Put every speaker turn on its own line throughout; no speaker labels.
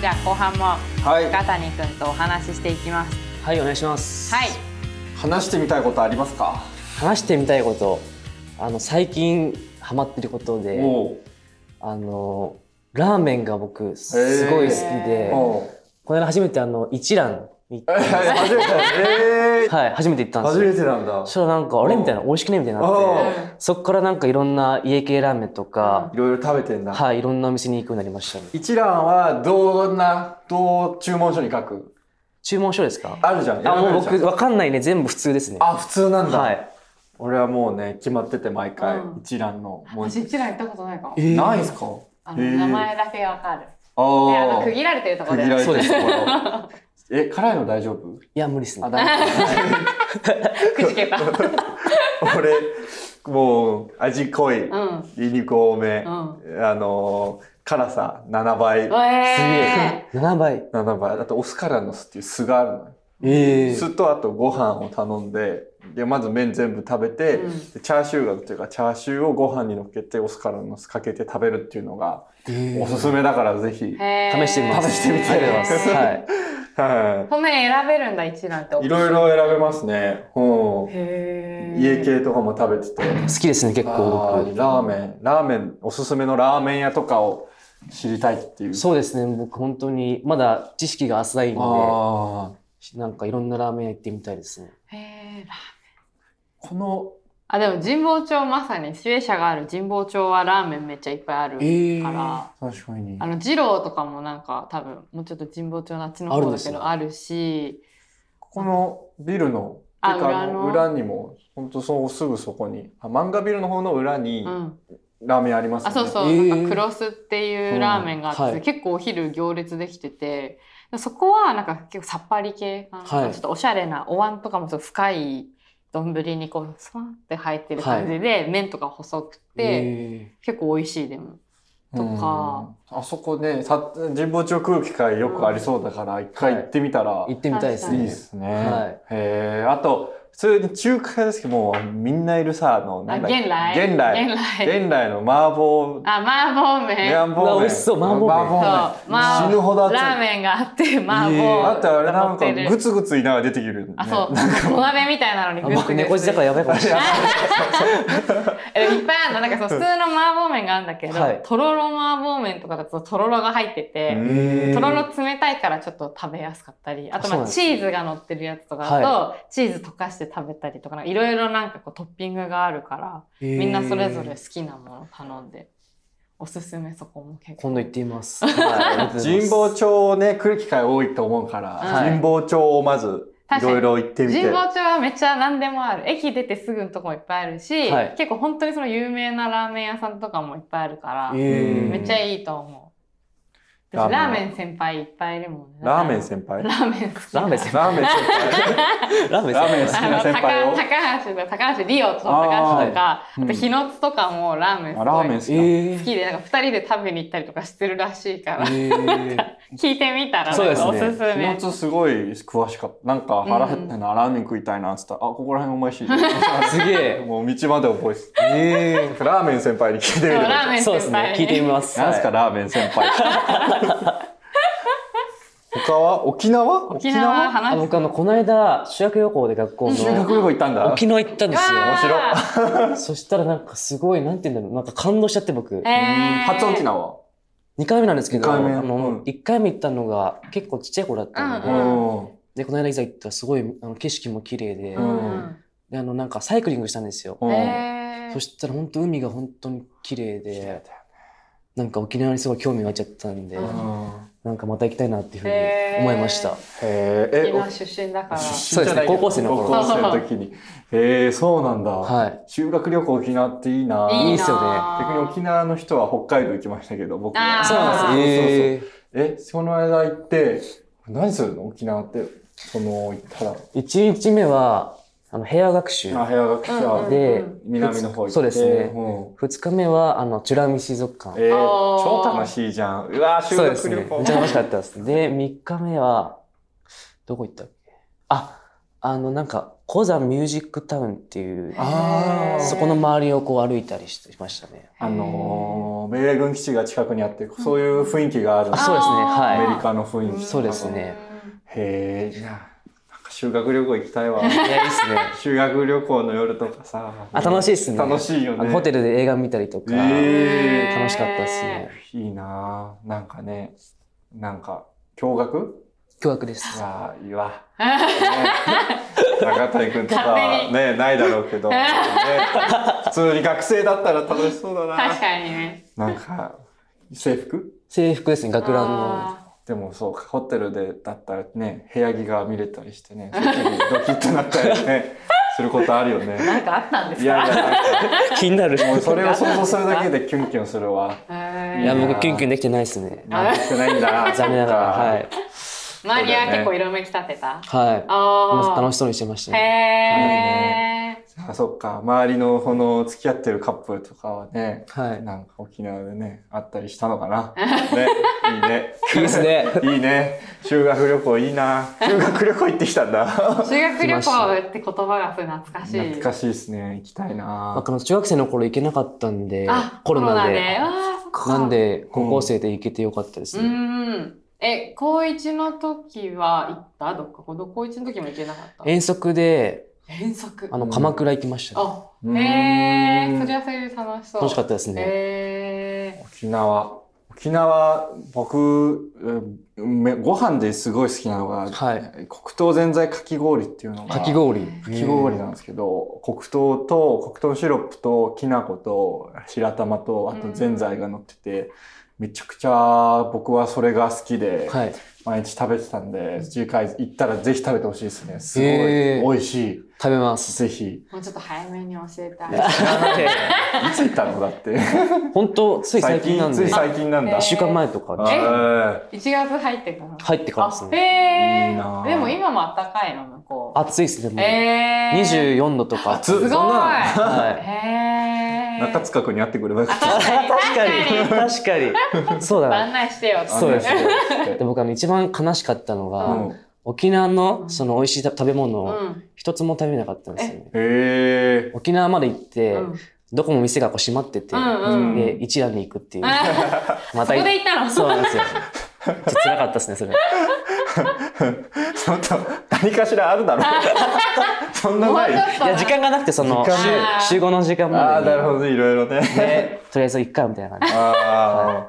じゃあ後半も
はい
中谷くんとお話ししていきます。
はいお願いします、
はい。
話してみたいことありますか
話してみたいことあの最近ハマってることで
おう
あのラーメンが僕すごい好き
へ
で
ー
おう
この間初めてあの一蘭に
えー初めてえー
はい初めて行ったんです
初
よ
めてなんだ
そしたらなんかあれみたいな美味しくねみたいに
お
な
う
ってそっからなんかいろんな家系ラーメンとか
いろいろ食べてんだ、
はいいろんなお店に行くようになりましたね
一覧はどんなどう注文書に書く
注文書ですか
あるじゃん
あ
選
もう
べる
僕
じゃん
わかんないね全部普通ですね
あ普通なんだ、
はい
俺はもうね決まってて毎回、
うん
一覧の文
私
字
一覧行ったことないかも。
え
ないんすか
あの
へー
名前だけわかる。
あ
であの区
ー
切られてるとこ
区
ろ
切
で
ら。れ
そう
て
です
るところえ辛いの大丈夫
いや無理ですね
あ大丈夫
くじけた。うん。
俺もう味濃い、
うん。
ニンニク多め、
ん
あのー辛さ7倍
え
7倍
7倍あとお酢からの酢っていう酢があるのよ
ええ
酢とあとご飯を頼んででまず麺全部食べて、
うん
でチャーシューがっていうかチャーシューをご飯にのっけてお酢からの酢かけて食べるっていうのがおすすめだからぜひ、
ーへー
試してみます
試してみた
あ
い
りがとうございますはい
は
こんなに選べるんだ一覧って。
い、いろいろ選べますね、うん、
へー
家系とかも食べてて
好きですね結
あ
構
ーラーメンラーメンおすすめのラーメン屋とかを知りたいっていう
僕そうですね僕本当にまだ知識が浅いの
あー
でなんかいろんなラーメン屋行ってみたいですね
へー
この
あでも神保町まさに主演者がある神保町はラーメンめっちゃいっぱいあるから、
ええ
確かに
あの二郎とかもなんか多分もうちょっと神保町のあっちの
ある
方
ん
だ
です
け
ね
どあるし
ここのビルの
あ
てかあの
裏
裏にも本当そうすぐそこにあ漫画ビルの方の裏に
うん、
ラーメンあります
あ
よね、
そうそう、
えー
なんかクロスっていうラーメンがあって、
うんはい
結構お昼行列できててそこはなんか結構さっぱり系かな
はい
ちょっとおしゃれなお椀とかもちょっと深い丼にこうスワンって入ってる感じで、麺とか細くて、
え
結構美味しいでもとか
うんあそこねさ神保町空気会よくありそうだから一回行ってみたら
え行ってみたいです
て
いい
ね
ですね、
はい
へえあと普通に中華屋ですけどもうみんないるさあの
あ
なんだっけ
元来
元来
元来
元来の麻婆
あ麻婆麺
麻
う
婆
わ
麺
美味しそう麻婆麺
そうまあ
死ぬほど熱い
ラーメンがあって麻
えー
婆
あとあれなん
残
か
ってる
グツグツいながら出てくる、ね、
あそう小鍋みたいなのに
あ
グッ
僕猫舌からやばいかもしれない
えいっぱいあるのなんかそう普通の麻婆麺があるんだけど、
はい
とろろ麻婆麺とかだととろろが入ってて、
うん
とろろ冷たいからちょっと食べやすかったりあと
そう
ま
な
あ
んです
チ
ね
ーズが乗ってるやつとかだと、チーズ溶かして食べたりとかいろいろなんかこうトッピングがあるからみんなそれぞれ好きなもの頼んでおすすめそこも結構
今度行って みますはい
神保町をね来る機会多いと思うから、
はい
神保町をまずい
確かに
ろいろ行ってみて
神保町はめっちゃ何でもある駅出てすぐのとこもいっぱいあるし、
はい
結構本当にその有名なラーメン屋さんとかもいっぱいあるから、
ええ
めっちゃいいと思う私
ラーメン
ラーメン先輩いっぱいいるもんね
ラーメン先輩
ラ
ラ
ーメン好き
ラーメン先
ーメン先
輩ラーメン
ラーメン好き
あの
な先輩を
高高橋とか高橋リオと高橋とか
あ
あ
ー
と日野津とかもラーメンす
輩ラーメン
ご
好
い
きな、
ええ
好きでなんか2人で食べに行ったりとかしてるらしいから、
ええ
聞いてみたら
そう
なん
です
か
ね
おすす
日
め
本すごい詳しかったなんか腹減ったな、ラーメン食いたいなっつったらあここら辺うまいし
すげ え
もう道まで覚えてラーメン先輩に聞いて
そ
み
う
てくだ
ラー
さい
メン
そうで
先
す
輩
ね聞いてみます
なんすか
はい
ラーメン先 輩他は沖縄
沖縄話
あ
す
僕あのこの間修学旅行で学校の
修学旅行行ったんだ
沖縄行ったんです
わ
よ
ー
そしたらなんかすごいなんて言うんだろうなんか感動しちゃって僕
えー
初沖縄
2回目なんですけど
二
あ
回目う
の
ん
1回目行ったのが結構ちっちゃい頃だったの
う
ででこの間いざ行ったらすごいあの景色も綺麗で,、
う
であのなんかサイクリングしたんですよ、
うん
えー
そしたら本当海が本当に綺麗でなんか沖縄にすごい興味がいっちゃったんで、
う
うんん
なんかまた行きたいなっていうふうに
へー
思いました、
へえ、
沖縄出身だから。
そうですね高校生の頃
高校生の時に。へえ、そうなんだ。
はい
修学旅行沖縄っていいな。
いいっすよね
逆に沖縄の人は北海道行きましたけど、僕
あー
は。
そうなんです
そうそうそうえ、
え
その間行って、何するの沖縄って。その、行ったら。
ー、1日目はあの部屋学習
あ、部屋が来
うんうん
た。で、
で、
南の方行って。
そうですね
うん
2日目はあの美ら海水族館
えー、
おー
超楽しいじゃん。うわー、修
そうで
学
す
旅
ね。め
行
っち。ゃ楽しかったです。で、3日目は、どこ行ったっけあ、あの、なんか、コザミュージックタウンっていう、
あー
そこの周りをこう歩いたりしてましたね。
あのー、米米軍基地が近くにあって、そういう雰囲気があるん
あ
です
そう
よ
ですね
ア
はい
メリカの雰囲気。
そうですね。
へえ、いや、なんか修学旅行行きたいわ。
いやいいっすね
修学旅行の夜とかさ。
あ楽しいっすね
楽しいよ
あの
ね。
ホテルで映画見たりとか、
え
ー
楽しかったですね
いいなぁ。なんかね、なんか、驚 愕
驚愕です
いやーいいわ。ね中谷君とか
勝手
は
に
ね、ないだろう けど、ね、普通に学生だったら楽しそう
確
だな。
かにね。
なんか、制服
制服ですね学ランの
あ
でもそうか、ホテルでだったらね、部屋着が見れたりしてね、そういう時にドキッとなったり ね、することあるよ
ー
ね。
なんかあったんです
いやいや、
か
なんか、
気になる
もうそ
い
れを想像するだけでキュンキュンするわ。
へー
や僕キュンキュンできてないですね
なんてないんだ。
残念ながらはい
周りは結構
い
色めき立てた。
はい
ああ。
楽しそうにしてました
へ
ね
え。
あ、そっか。周りのこの付き合ってるカップルとかはね、
はい
なんか沖縄でね、あったりしたのか な。ね、いいね。
いいっすね
いいね。修学旅行いい な。修学旅行行ってきたんだ。
修学旅行って言葉がすごい懐かしい。
懐かしいですね。行きたい
なん
な。
か中学生の頃行けなかったんで
あ、
コロナで
あーそっか
なんで高校生で行けてよかったです
う
ね
ん。え、高一の時は行ったどっか、この高一の時も行けなかった。
遠足で
遠足。
あ
あ、
の鎌倉行きましたね
うん
へえ、そりゃそれで楽しそう。
楽しかったたですね
へ
沖縄。沖縄、僕、うんめご飯ですごい好きなのが、
はい
黒糖ぜんざいかき氷っていうのが。
かき氷
かき氷なんですけど、黒糖と、黒糖シロップと、きな粉と、白玉と、あとぜんざいが乗ってて、めちゃくちゃ僕はそれが好きで、
はい
毎日食べてたんで、次回行ったらぜひ食べてほしいですね。す
へー
ごい美味しい。
食べます
ぜひ。
ー。もうちょっと早めに教えてあげて。
いつ行ったのだって。
本当つい最近なん
つ
で
い
1
最近なんだ。
あ
週間前とか
あー
1月入ってから。
入ってからです
あ、
ね
へ
いい
え
な。あ
でも今も暖かいの、向こう。
暑いですねもう
ええ。
24度とか
暑っ
すごい。
そんなの
は
へえ。
い
中塚君に会ってくればよかっ
あ
た。
確かに確かにそうだな
案内してよって。
そうですね
あ
で僕あの一番悲しかったの
う
が、
ん
沖縄のその美味しいた食べ物
う
を
ん。
一つも食べなかったんですよね。
へ え。
沖縄まで行って、
うん
どこも店がこう閉まってて、
うん
うん
で一蘭に行くっていう、
あ
ま
そ
た
こで行ったの
そうなんですよ。ちょっと辛かったですねそれ。
そんな、何かしらあるだろう。 そんな
もう
な
ち
い
ょ。っと
いや時間がなくてその
時間ね
集集合の時間
あ
ま
あ、
で
なる
に
ほど、いろいろね。
でとりあえず一回みたいな感じ。
ああ。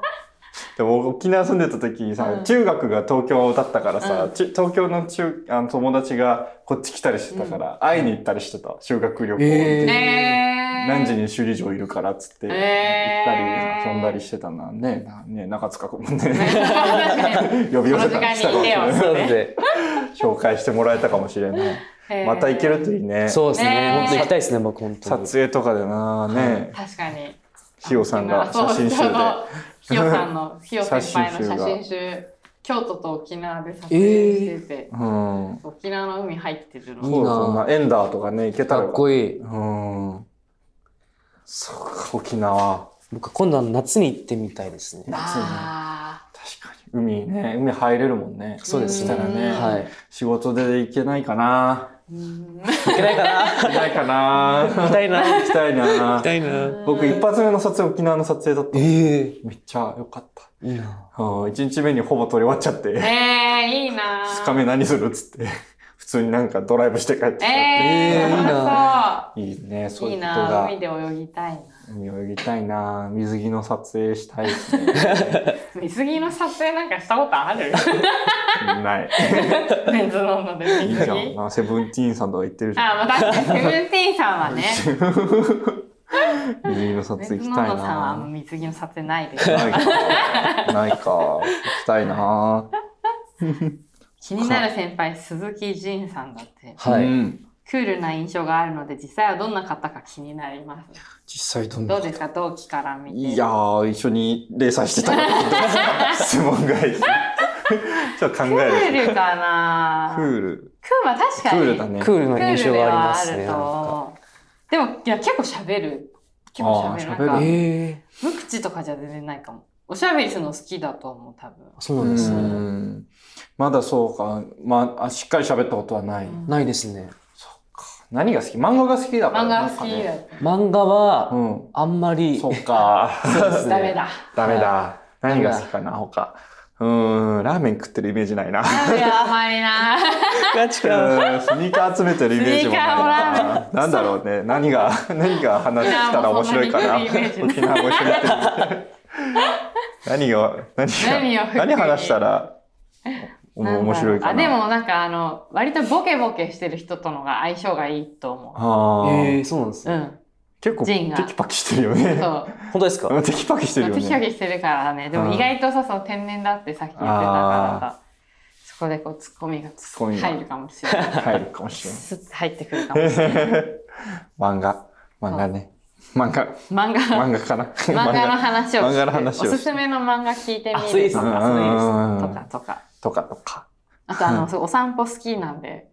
でも沖縄住んでた時にさ、
うん
中学が東京だったからさ、
うん
ち東京の中あの友達がこっち来たりしてたから、会いに行ったりしてた修学旅行、
へー
ねえ。
何時に修理場いるからっつって、
へー
行ったり遊んだりしてたなねなね中塚君も
確
ね
かに
呼び寄せたりしたかもしれ
この時間に行って
ない
よ
そうで
紹介してもらえたかもしれない、
へー
また行けるといいね
そうですね
ね
本当行きたいですね僕本当
撮
に。
影とかでなね、
確かに。
ひよさんが写真集で。
ひよさんの、ひよ先輩の写真集、京都と沖縄で撮影してて、
うん
沖縄の海入ってるの。
いいな
そうそうエンダーとかね、行けたらよ
かっ
かっ
こいい
た。うん。そうか、沖縄。
僕今度は夏に行ってみたいですね。
あ
確かに。海ね、海入れるもんね。
そうです
そ
ね。
したらね
はい。
仕事で行けないかな。
ーうん
行けないかな。
行けないかな。
行きたいな。行
行きたいな。
いな。
僕、一発目の撮影、沖縄の撮影だった。
ええ
めっちゃ良かった。
いいな。
うん、一日目にほぼ撮り終わっちゃって、
ええ、いいな
二日目何するっつって、普通になんかドライブして帰ってき
え
た。
え、
えーいい
な。
いいね、そう
い
い
いう
ことが
な。。海で泳ぎたいな。
海泳ぎたいな水着の撮影したいです ね
水着の撮影なんかしたことあ る
ない
メンズノンノで
いい
水
じ
着
ゃ。んなセブンティーンさんとか言って るじゃん
あ、まあ確かに、セブンティーンさんはね、
水着の撮
メン
影
ズ
行き
ノ
た
ン
い
ノさんはあんま
な
水着の撮影ないですよ。
ないかないか行きたいな、
気になる先輩、鈴木仁さんだって。
は
う
い。
ん
クールな印象があるので、実際はどんな方か気になります。
実際どん
ど
な
うですか、同期から見て。
いやー一緒に連鎖してたけどどうですか質問返し ちょっと考
ク
える
ールかな
クー
ク
ル
ールは確
ク
かに。
ールだね
クールの印象
クールで
がありま
はあ
す
る
ね。
と思う。でも、いや、結構喋る。結構喋る。な
あー
んか
喋る
ええ
無口とかじゃ全然ないかも。おしゃべりするの好きだと思う、多分。
そう
う
なんですね。
んまだそうかまああしっかり喋ったことはない、
うん
ないですね。
そっか何が好き漫画が好きだから
漫画
なん
好
か
き
ね
だよ。
漫画は、
う
あんまり、
ん。そっか。そうですね
ダメ。だ。
ダメだ。何が好きかな、他。うーん、ラーメン食ってるイメージないな。う
ダメだ、甘いな。
ガチか。
ーんスニーカー集めてるイメージも
スニ
ない
ーカーもラ
な。なんだろうね。何が、 何が話したら面白いかな。
沖縄もそんなにいるイメージない
沖縄も一緒に行ってみて何が、何
何を
が、
含み
何話したら、お
なんだろう
面白いかな。
あでもなんかあの割とボケボケしてる人とのが相性がいいと思
あー、
えー、そうなんです
う。
ね。
うん。
結構、
ジンが
テキパキしてるよね。
そう。
本当ですか
うんテキパキしてるよ
テキパ
ね。
キしてるからね。で
うん
も意外とさ、その天然だってさっき言ってたからさ、そこでこうツッコミが
ツッコミが
入るかもしれない。
入るかもしれない。
スッて入ってく るかもしれない。
漫画。漫画ね。漫画。
漫画、
漫画かな。漫
漫画の話を聞く
漫画の話を
お
して
すすめの漫画聞いて
あそう
み
で
る
す
と
ね
か、
そういう
うん
とかとか。
とかとか。
あとあ
うん
の、そうお散歩好きなんで、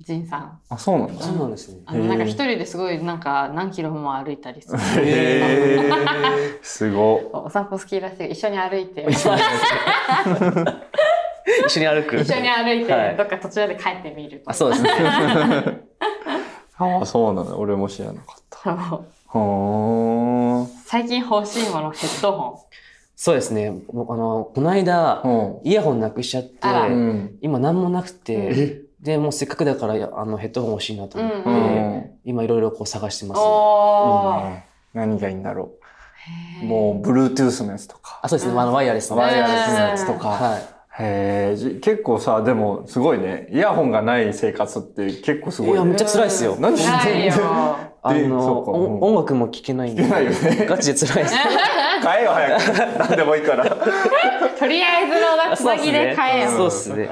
ジンさん。
あ、そうなんだ。
そうなんですね。
あのなんか
へー
一人ですごいなんか何キロも歩いたりする。
へえ。すご。
お散歩好きらしい。一緒に歩いて。
一緒に歩く。
一緒に歩いて、
はい
どっか途中で帰ってみると
あ、そうですね。
あ、そうなんだ。俺も知らなかった。
そう
ほーん。
最近欲しいものヘッドホ
そうですね。もうあの、この間、
ほ
イヤホンなくしちゃって、
あ
う
ら
ん。
今何もなくて、で、もうせっかくだから、いやあの、ヘッドホン欲しいなと思って、
う
うん。
今いろいろこう探して
ン
ます、
お
いい
ー
ね。何がいいんだろ
へー
う。もう、Bluetooth のやつとか
あ、。そうですね。あのワイヤレスの。
ワイヤレスのやつとか。
は
へえ、じ結構さ、でもすごいね。イヤホンがない生活って結構す
い。
ご
い
い
や、
ね。
めっちゃ辛いですよ。
何してんの
ない よ
あ
でそ
の、
うか
お
うん
音楽も聴けないんで。
聞けないよね
ガチで辛 いです。
買えよ、早く。何でもいいから。
とりあえずのつなぎで買えよ
そうっすね。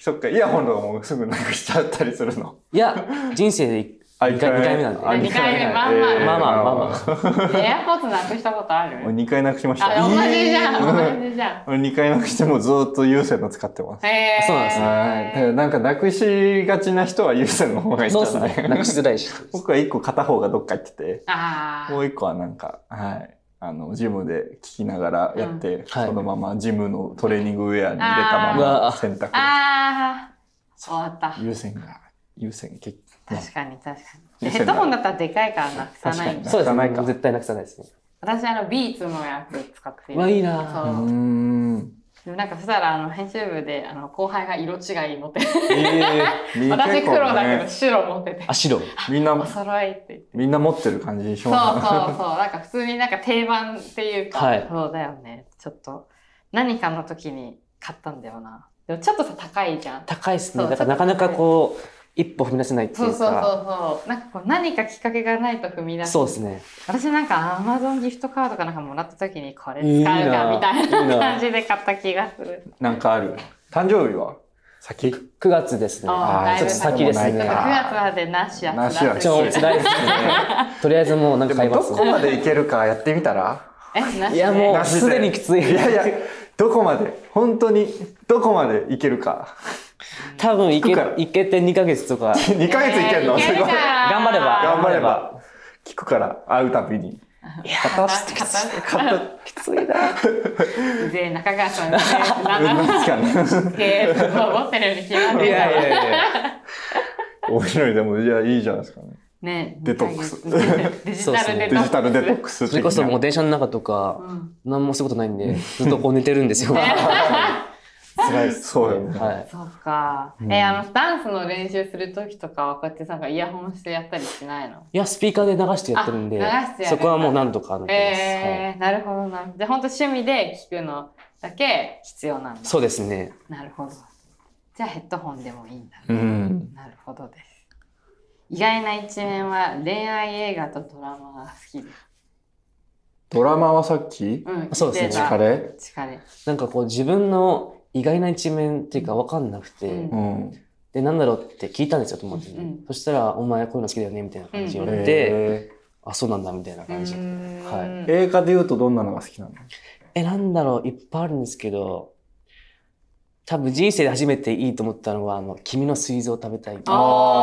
そっか、イヤホンとかもうすぐなくしちゃったりするの。
いや、人生で一
あ
二回二回目なんで。
あ
二回目まあまあ
えー
まあまあ
エアポーツなくしたことある
もう2回なくしました。
あ、同じじゃん
えー
同じじゃ
俺2回なくしてもずっと有線の使ってます。
んへー
そうなんですね
はい。だからなんかなくしがちな人は有線の方がいいんじ
そう
ゃ
っす
な
ね。
い
なくしづら いし。
僕は1個片方がどっか行ってて、
あ
も
ー
う1個はなんか、はい。あの、ジムで聞きながらやって、
はい
そのままジムのトレーニングウェアに入れたまま
あー
洗濯。
あー終わった
有線が、有線結構。
確かに確か
いい
に
線だ
ヘッドホンだったらでかいからなくさないん
確かに
だ
そうで
なくさ
す
な
ね
いか。
絶対なくさないですね。
私あのビーツのやつ使ってる
うわいいな
そう
うーん。
でもなんかそしたらあの編集部であの後輩が色違い持ってて
ええ
私黒だけど白持ってて
あ、白。
みん
お
な、
揃いって言って
みんな持ってる感じでしょ
そうそうそうなんか普通になんか定番っていうか、
はい
そうだよねちょっと何かの時に買ったんだよなでもちょっとさ高いじゃん
高いです
そ
ね。
う
だからなかなかこう、一歩踏み出せないってい
そう
う
そうそう
か。
そうなんかこう何かきっかけがないと踏み出す
そうですね。
私なんかアマゾンギフトカードかなんかもらった時にこれ
い
使
いう
か
な
みたい
いいな
な感じで買った気がする
なんかある。誕生日は先
9月ですね。
あ
ー
だい
ち
ぶ
ょっと先です
先
9
ね。
か
月までなしやつだ
なしやつ
ちょっと辛い ですね。とりあえずもうなん
で
か買い
もど
ます
こ。までいけるかやってみたら
えなしね
いやも
な
う
しです
でにきつい。
いやいや、どこまで、本当に、どこまでいけるか。
多分い
聞
け
くから
いけて2ヶ月 とか。
2ヶ月いけるの
えー
すごい。
るか
頑
ら
頑張れば
張れば。聞くから、会うたびに。
片
片
片
片
きついな。
で中川さんで7
何ですか
っ
ね。
て思ってるに決まって
い
るか
やい
ら
やいや。
面白い、でも、いや、いいじゃないですかね。
ね
デトックス
二ヶ月デジタルデ
デ
トックス
ジタルデトックス
それこそもう
デ
電車の中とか、
うん
何もすることないんで、ずっとこう寝てるんです よ。
辛いっす。そうよね。
はい。
そうか、えーあのダンスの練習する時とかはこうやってなんかイヤホンしてやったりしないの
いや、スピーカーで流してやってるんで
あ流してやるん、だ
そこはもうなんとかなって
えー、なるほどなじゃあほんと趣味で聞くのだけ必要なんだ
ます。そうですね。
なるほどじゃあヘッドホンでもいいんだ
うん。
なるほどです意外な一面は恋愛映画とドラマが好きです
ドラマはさっき
うん
そうですね
言ってた
疲れ
疲れ
なんかこう自分の意外な一面っていうか分かんなくて、
うん
うん。
で、なんだろうって聞いたんですよ、友達に。
うん
そしたら、お前こういうの好きだよね、みたいな感じで言われて、
で、
あ、そうなんだ、みたいな感じ。はい
い
映画で言うとどんなのが好きなの
え、なんだろう、いっぱいあるんですけど、多分人生で初めていいと思ったのは、あの、君の膵臓を食べたい。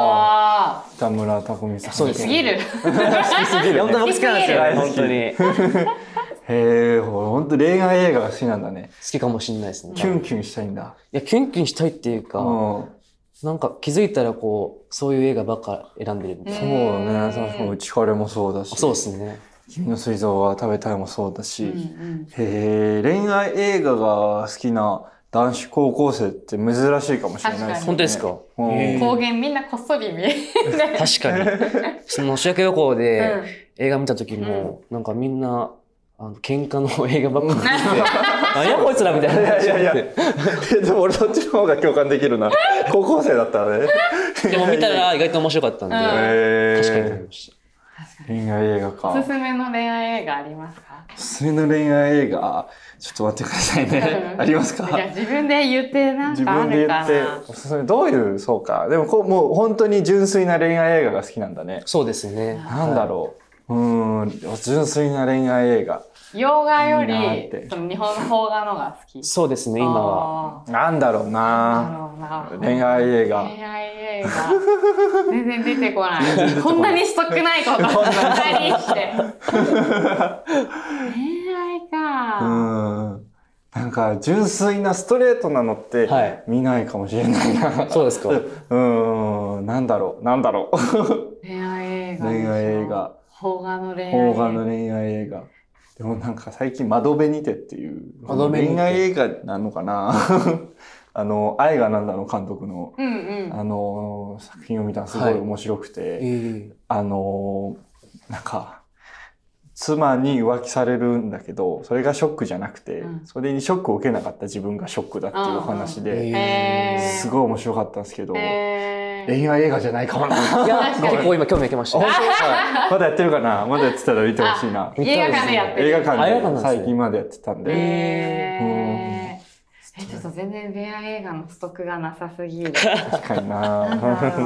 ああ
北村匠海さん。
そう
好
で
きす
ね
ぎる
好きすぎる、本当僕好きなんですよ、本当に。好
へえ、ほんと恋愛映画が好きなんだね。
きかもしれないですね。
キュンキュンしたいんだ。
いや、キュンキュンしたいっていう
う
か、
ん。
なんか気づいたらこう、そういう映画ばっか選んでるみたいな。
そうだね。確かに、うちかれもそうだし。
そうですね。
君の水臓は食べたいもそうだし。
うん
へえ、恋愛映画が好きな男子高校生って珍しいかもしれないですね。
確
本当ですか
うん
うん、
へー
高原みんなこっそり見えない。
確かに。 その修学旅行
う
で
ん
映画見た時も、なんかみんな、あの、喧嘩の映画ばっかり見て、何やこいつらみたいな。
いやいやいや、でも俺どっちの方が共感できるな。高校生だったらね。
でも見たら意外と面白かったんで、
うん
へー
確かにと思いました。
恋愛映画か。
おすすめの恋愛映画ありますか
おすすめの恋愛映画、ちょっと待ってくださいね
う。ん
あります
いや
か
自分で言ってなん
自
かあ
分で
る
言
か
って
な、。
おすすめ、どういう、そうか。でもこう、もう本当に純粋な恋愛映画が好きなんだね。
そうですね。
なんだろう。うーん、純粋な恋愛映画。
洋画よ
いいなって
りその日本の邦画のが好き。
そうですね、今は。
は。
なんだろ
な
う
る
な。
ほどなるほど
恋愛映画。
恋愛映画。全然出てこない。こんなにストックないこと。
こんなに
二人して。恋愛
う
か。
ん。なんか、純粋なストレートなのって
はい、
見ないかもしれないな。
そうですか。
うん、なんだろう、なんだろう。
恋愛映画。
恋愛映画。
邦画の恋愛映
邦
画。
画の恋愛映画。でもなんか最近、窓辺にてっていう、
窓辺にて
恋愛映画なのかな あの、愛がなんだの監督の、
うんうん。
あの、作品を見たらすごい面白くて、
え
あの、なんか、妻に浮気されるんだけど、それがショックじゃなくて、
うん
それにショックを受けなかった自分がショックだっていうお話
え
で、
えー
すごい面白かったんですけど、
えー
恋愛映画じゃないかもな。
いや、
確かに
結構今興味受けました。
まだやってるかなまだやってたら見てほしいな。
映画館でやってる。
映画
あ映画
館
館なん
で
ですね
最近までやってたんで。
えー
うん
えちょっと全然恋愛映画のストックがなさす ぎる。
確かに
なんだ
な
ろ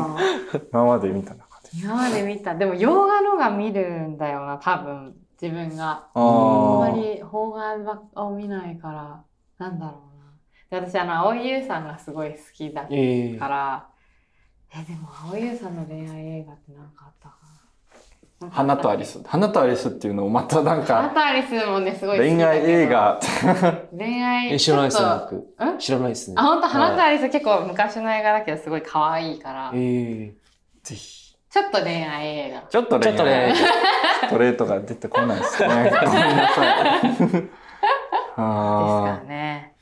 う。
今まで見た中で。
今まで見た。でも、洋画のが見るんだよな、多分。自分が。
あ
あんま
ー
り邦画ばっかを見ないから、なんだろうな。で私、あの、蒼井優さんがすごい好きだ
えー
から、え、でも、蒼井優さんの恋愛映画って何かあったかな。
花とア
リ
リス。花とアリスっていうのをまたなん
花
か、
とアリスもね、すごい好き
恋愛映。画。
恋愛
え知らないですね、
ちょっと
僕。
ん
知らないですね。
あ、本当花と
はい
アリス結構昔の映画だけど、すごい可愛いから、
え
ぜひ。
ちょっと恋愛映画。
ちょっと
ーちょっとね
ね、、ストレートが出てこない ですね。ごめんなさい。
です
あ
か
ー
ね。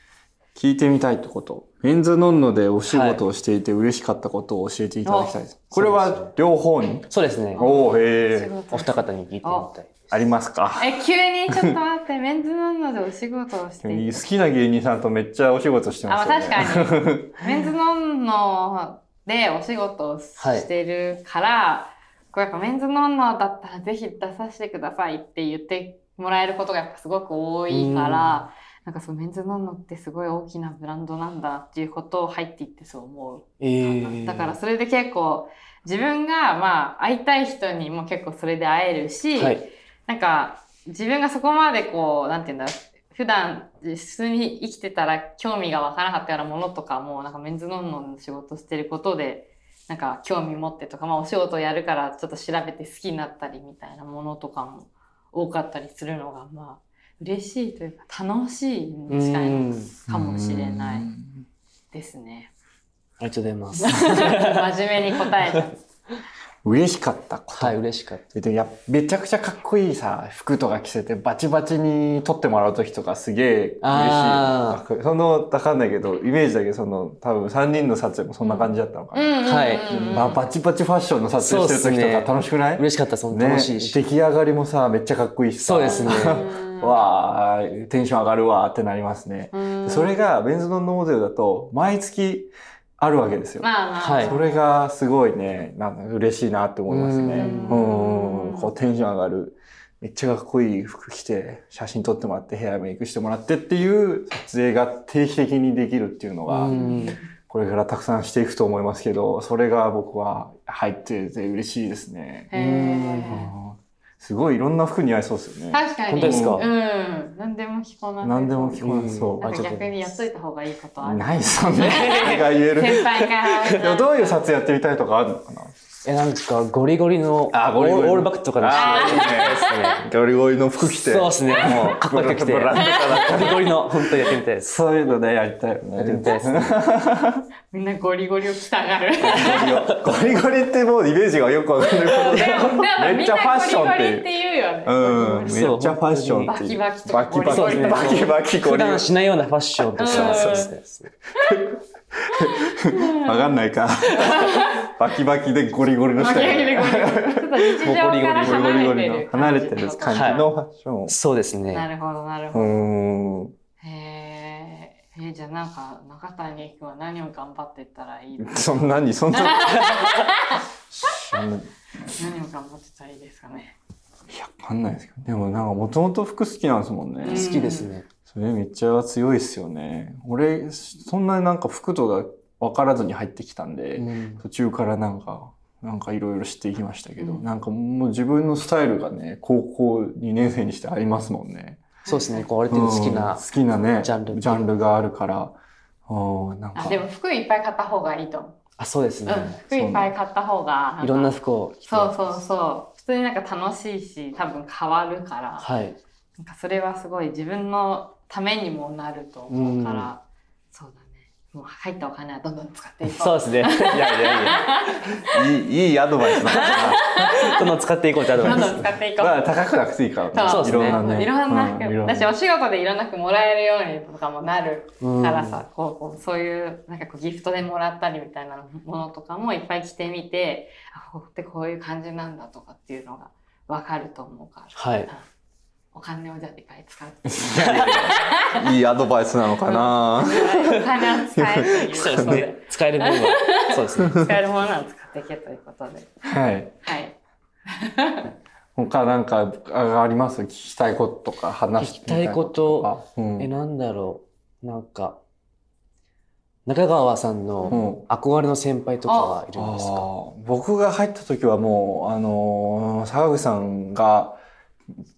聞いてみたいってこと。メンズノンノでお仕事をしていて嬉しかったことを教えていただきたいです。これは両方に
そうですね。
おお
仕
へえ。
事
お二方に聞いてみたい。
ありますか
え、急にちょっと待って、メンズノンノでお仕事をしている。
好きな芸人さんとめっちゃお仕事してますよね。
あ確
かに。
メンズノンノでお仕事をしてるから、こうやっぱメンズノンノだったらぜひ出させてくださいって言ってもらえることがやっぱすごく多いから、なんかそうメンズノンノってすごい大きなブランドなんだっていうことを入っていってそう思う。
えー
だからそれで結構自分がまあ会いたい人にも結構それで会えるし、
はい。
なんか、自分がそこまでこう、なんて言うんだろう。普段、普通に生きてたら興味がわからなかったようなものとかも、なんかメンズノンノンの仕事してることで、なんか興味持ってとか、まあお仕事やるからちょっと調べて好きになったりみたいなものとかも多かったりするのが、まあ、嬉しいというか、楽しいに近いのか もしれないですね。
ありがとうございます。
真面目に答えちゃう。
嬉しかったこと。
はい、嬉しかった。
えっとやめちゃくちゃかっこいいさ、服とか着せてバチバチに撮ってもらうときとかすげえ嬉しい。
あ
その、わかんないけど、イメージだけどその、多分3人の撮影もそんな感じだったのか
うん
な。
うんうんうん。
はい
まあ、バチバチファッションの撮影してるときとか楽しくない
嬉しかったです、本当
ね
楽しいし。
出来上がりもさ、めっちゃかっこいいしさ。
そうですね
うん
わあ、テンション上がるわーってなりますね。
うん
それが、ベンズノンノモデルだと、毎月あるわけですよ。
まあまあ、
はい
それがすごいね、なんか嬉しいなって思いますね。うん
ん
こうテンション上がる。めっちゃかっこいい服着て、写真撮ってもらって、ヘアメイクしてもらってっていう撮影が定期的にできるっていうのは、
うん
これからたくさんしていくと思いますけど、それが僕は入ってて嬉しいですね。
へー
うんすごいいろんな服似合いそうですよね。
確かに。
本当ですか
うん。何でも着こなせそう
何でも着こなせそ
な
う。
んか
あちょっ
逆
と
にやっといた方がいいことある。
ないっすよね。が言える。
先輩から。
でもどういう撮影やってみたいとかあるのかな
え、なんかゴリゴリの、
あゴリゴリ
オー
の
ルオールバックとかの
あーいいねゴリゴリの服着て。
そうですね。もう、かっこよく着て。
ブランド
ゴリゴリの、本当にやってみたいです。
そういうのね、やりたいよね。
やってみたいです
みんなゴリゴリを着たがる。
ゴリゴリってもうイメージがよくわかんない
でもでも
めっちゃファッションって
みんなゴリゴリって言うよね。
うん、めっ
そう
ちゃファッションっていう。
バキ
バ
バ
キ
キと
バ
か
キ。
ゴリゴリ
バキバキゴリ
普
ゴ
段しないようなファッションと
う
か、
ん
そうですね。
リ。わかんないか。バキバキでゴリゴリの
バ
人
キバキ
や
で
ね。
ゴリゴリ。ちょっと日常から
ゴリゴ
離れ
リ
て
の
る。
離れてる感じのファッション。
そうです
な
ね。
るほど、なるほ
う
ど。
ーん。
へえ。えじゃあなんか中谷君は何を頑張ってったらいいです
そんなに、そんな。そんな
何を頑張ってたらいいですかね。
わかんないですけど。でもなんかもともと服好きなんですもんね。
うん
好きですね。
それめっちゃ強いっすよね。俺、そんなになんか服とか分からずに入ってきたんで、
うん
途中からなんか、なんかいろいろ知っていきましたけど、
うん
なんかもう自分のスタイルがね、高校2年生にしてありますもんね。
そうですね。こう、ある程度好き
うん
な
好。きなね、
ジャンル
ジャンルがあるから、うん、なんか
あ、でも服いっぱい買った方がいいと思う。
あ、そうですね
う。ん、服いっぱい買った方が
いろん
な
なん
か
服を着て。
そうそうそう普通になんか楽しいし多分変わるから、
はい。
なんかそれはすごい自分のためにもなると思うから、そうだねもう入ったお金はどんどん使っていこ
そう
う
ですね。
いやいやいや、いい、いいアドバイスだな。
どんどん使っていこうってアド
ど
バ
ん
イ
どん
ス。
使っていこう、
まあ、高くなくていいから
そう
いろんな
そう
ね。
いろんな
う
服、
いろん
だしお仕事でいろんな服もらえるようにとかもなる
うん
からさ、こうこうそういうなんかこうギフトでもらったりみたいなものとかもいっぱい着てみてあここってこういう感じなんだとかっていうのが分かると思うから、
はい。
お金をじゃあいっぱい使って
いいアドバイスなのかな。
お金を使えという
そう
こと
です
で
ね。使える分は。そうですね。
使えるものは使っていけということで
はい。
はい
他なんかああります聞きたいこととか話してみ
聞きたいこと
か。うん。
え、なんだろう。なんか、中川さ
う
んの
ん
憧れの先輩とかはいるん
あ
ですか
ー僕が入った時はもう、あのー坂口さんが、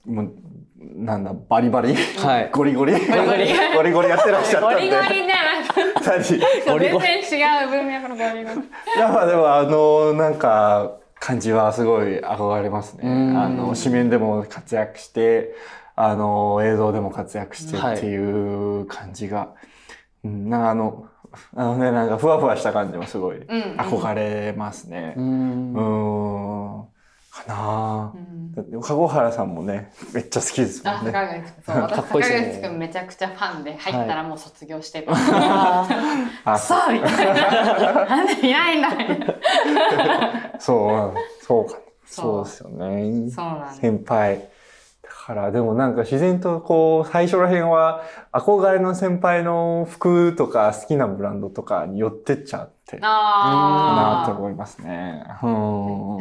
もう、なんだ、バリバリ、
はい
ゴリゴリ、ゴ
リゴリ
リゴリやってらっしゃっ
ゴ
たん
リ
で、
ゴリね
何い
ゴリゴ
全
リ
然違う文脈のゴリゴリ
や、まあでも、あのーなんか、感じはすごい憧れますね。
うん
あの、紙面でも活躍して、あのー映像でも活躍してっていう感じが、うん、なんかあの、あのね、なんかふわふわした感じもすごい
うん
憧れますね。
う
う
ー。
ん ーん。かな
う
ぁ。
ん
だって籠原さんもね、めっちゃ好きですも
あ
んね。
坂口くんそう私
かっこいいですね
坂口くんめちゃくちゃファンで入ったらもう卒業してる
あ、
そうみたい ななんでいないんだみたいな
そう、そうか。そ
そうう
ですよね。
そうなんです
先輩。だから、でもなんか自然とこう、最初ら辺は、憧れの先輩の服とか好きなブランドとかに寄ってっちゃって、かな
あ
と
あ
思いますね。う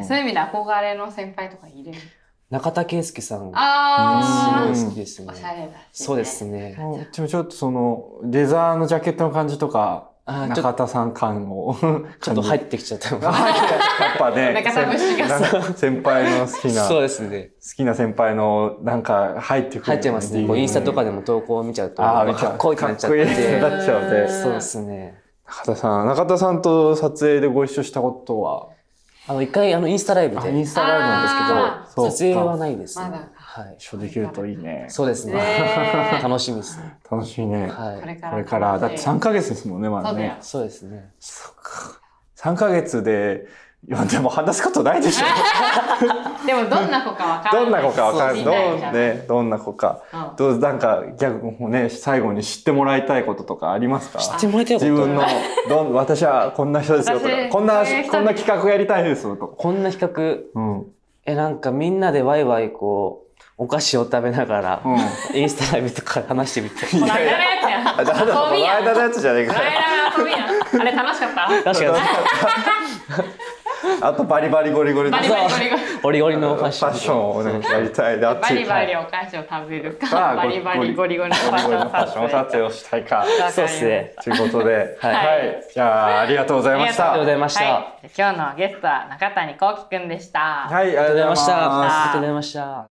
ん。
そういう意味で憧れの先輩とかいる
中田圭介さんが
あ
うん
あ
すごい好きですね
お。しゃれだしね
そうですね。
もうでもちょっとその、レザーのジャケットの感じとか、
あーちょ
中田さん感 を、
ちょっと入ってきちゃった。
やっぱね、
中田節が
先先輩の好きな、
そう
好
ですね。
きな先輩のなんか入ってくる、
入っちゃいますね。こうインスタとか
で。
でも投稿を見ちゃうと、
あ
か
ー見ちゃう
っこよくなっち
か
ゃっ
っこいいって
て。
なっちゃうね
そうですね。
中田さん、中田さんと撮影でご一緒したことは、
あの、一回、あの、インスタライブ
あ
で
インスタライブなんですけど、
撮影は
ね、
ないですね。
まだ
はい。
一緒できるといいね。
そうです
ね
ね。 楽しみですね。
楽しいね。
こ
は
れ
い。
から
これから、だって3ヶ月ですもんね、まだ
そうだよ
ね。
そうですね。
そっか。3ヶ月で、いや、でも話すことないでしょ。
でもどんな子かわからない。
どんな子かわかる。
そう
ど
みたいじ
う
ゃん
ね、どんな子か。どうなんか逆もね最後に知ってもらいたいこととかありますか
知ってもらいたいこと
自分のどん私はこんな人ですよとか
私
こんな
そういう人
こんな企画やりたいですよとか、
こんな比較、
うん うん、
え、なんかみんなでワイワイこう、お菓子を食べながら、インスタライブとか話してみ たい。
うん。この間のや
あ
つや。
だだこ
遊
の
びや。こ
間のやつじゃねえ
の
か
間の遊びや。あれ楽しかった。
確か
あとバリバリゴリゴリの
バリバリゴリゴリ。
に、ゴリゴリのファッション。
をねやりたいな
バリバ
ゴ
リお菓子を食べる
さ
か。
あ
バリバリゴリゴリのファッ
リ
シ
ゴリ
ョ
の
ン
ファッション撮
撮
影をしたいか
影。
そうっすね。
ということで
はい
じゃあありがとうございました
ありがとうございました。
はい。今日のゲストは中谷幸喜くんでした。
はいありがとうございました
ありがとうございまし
あ
た。
り
あ
がとうございました
りがとうございました。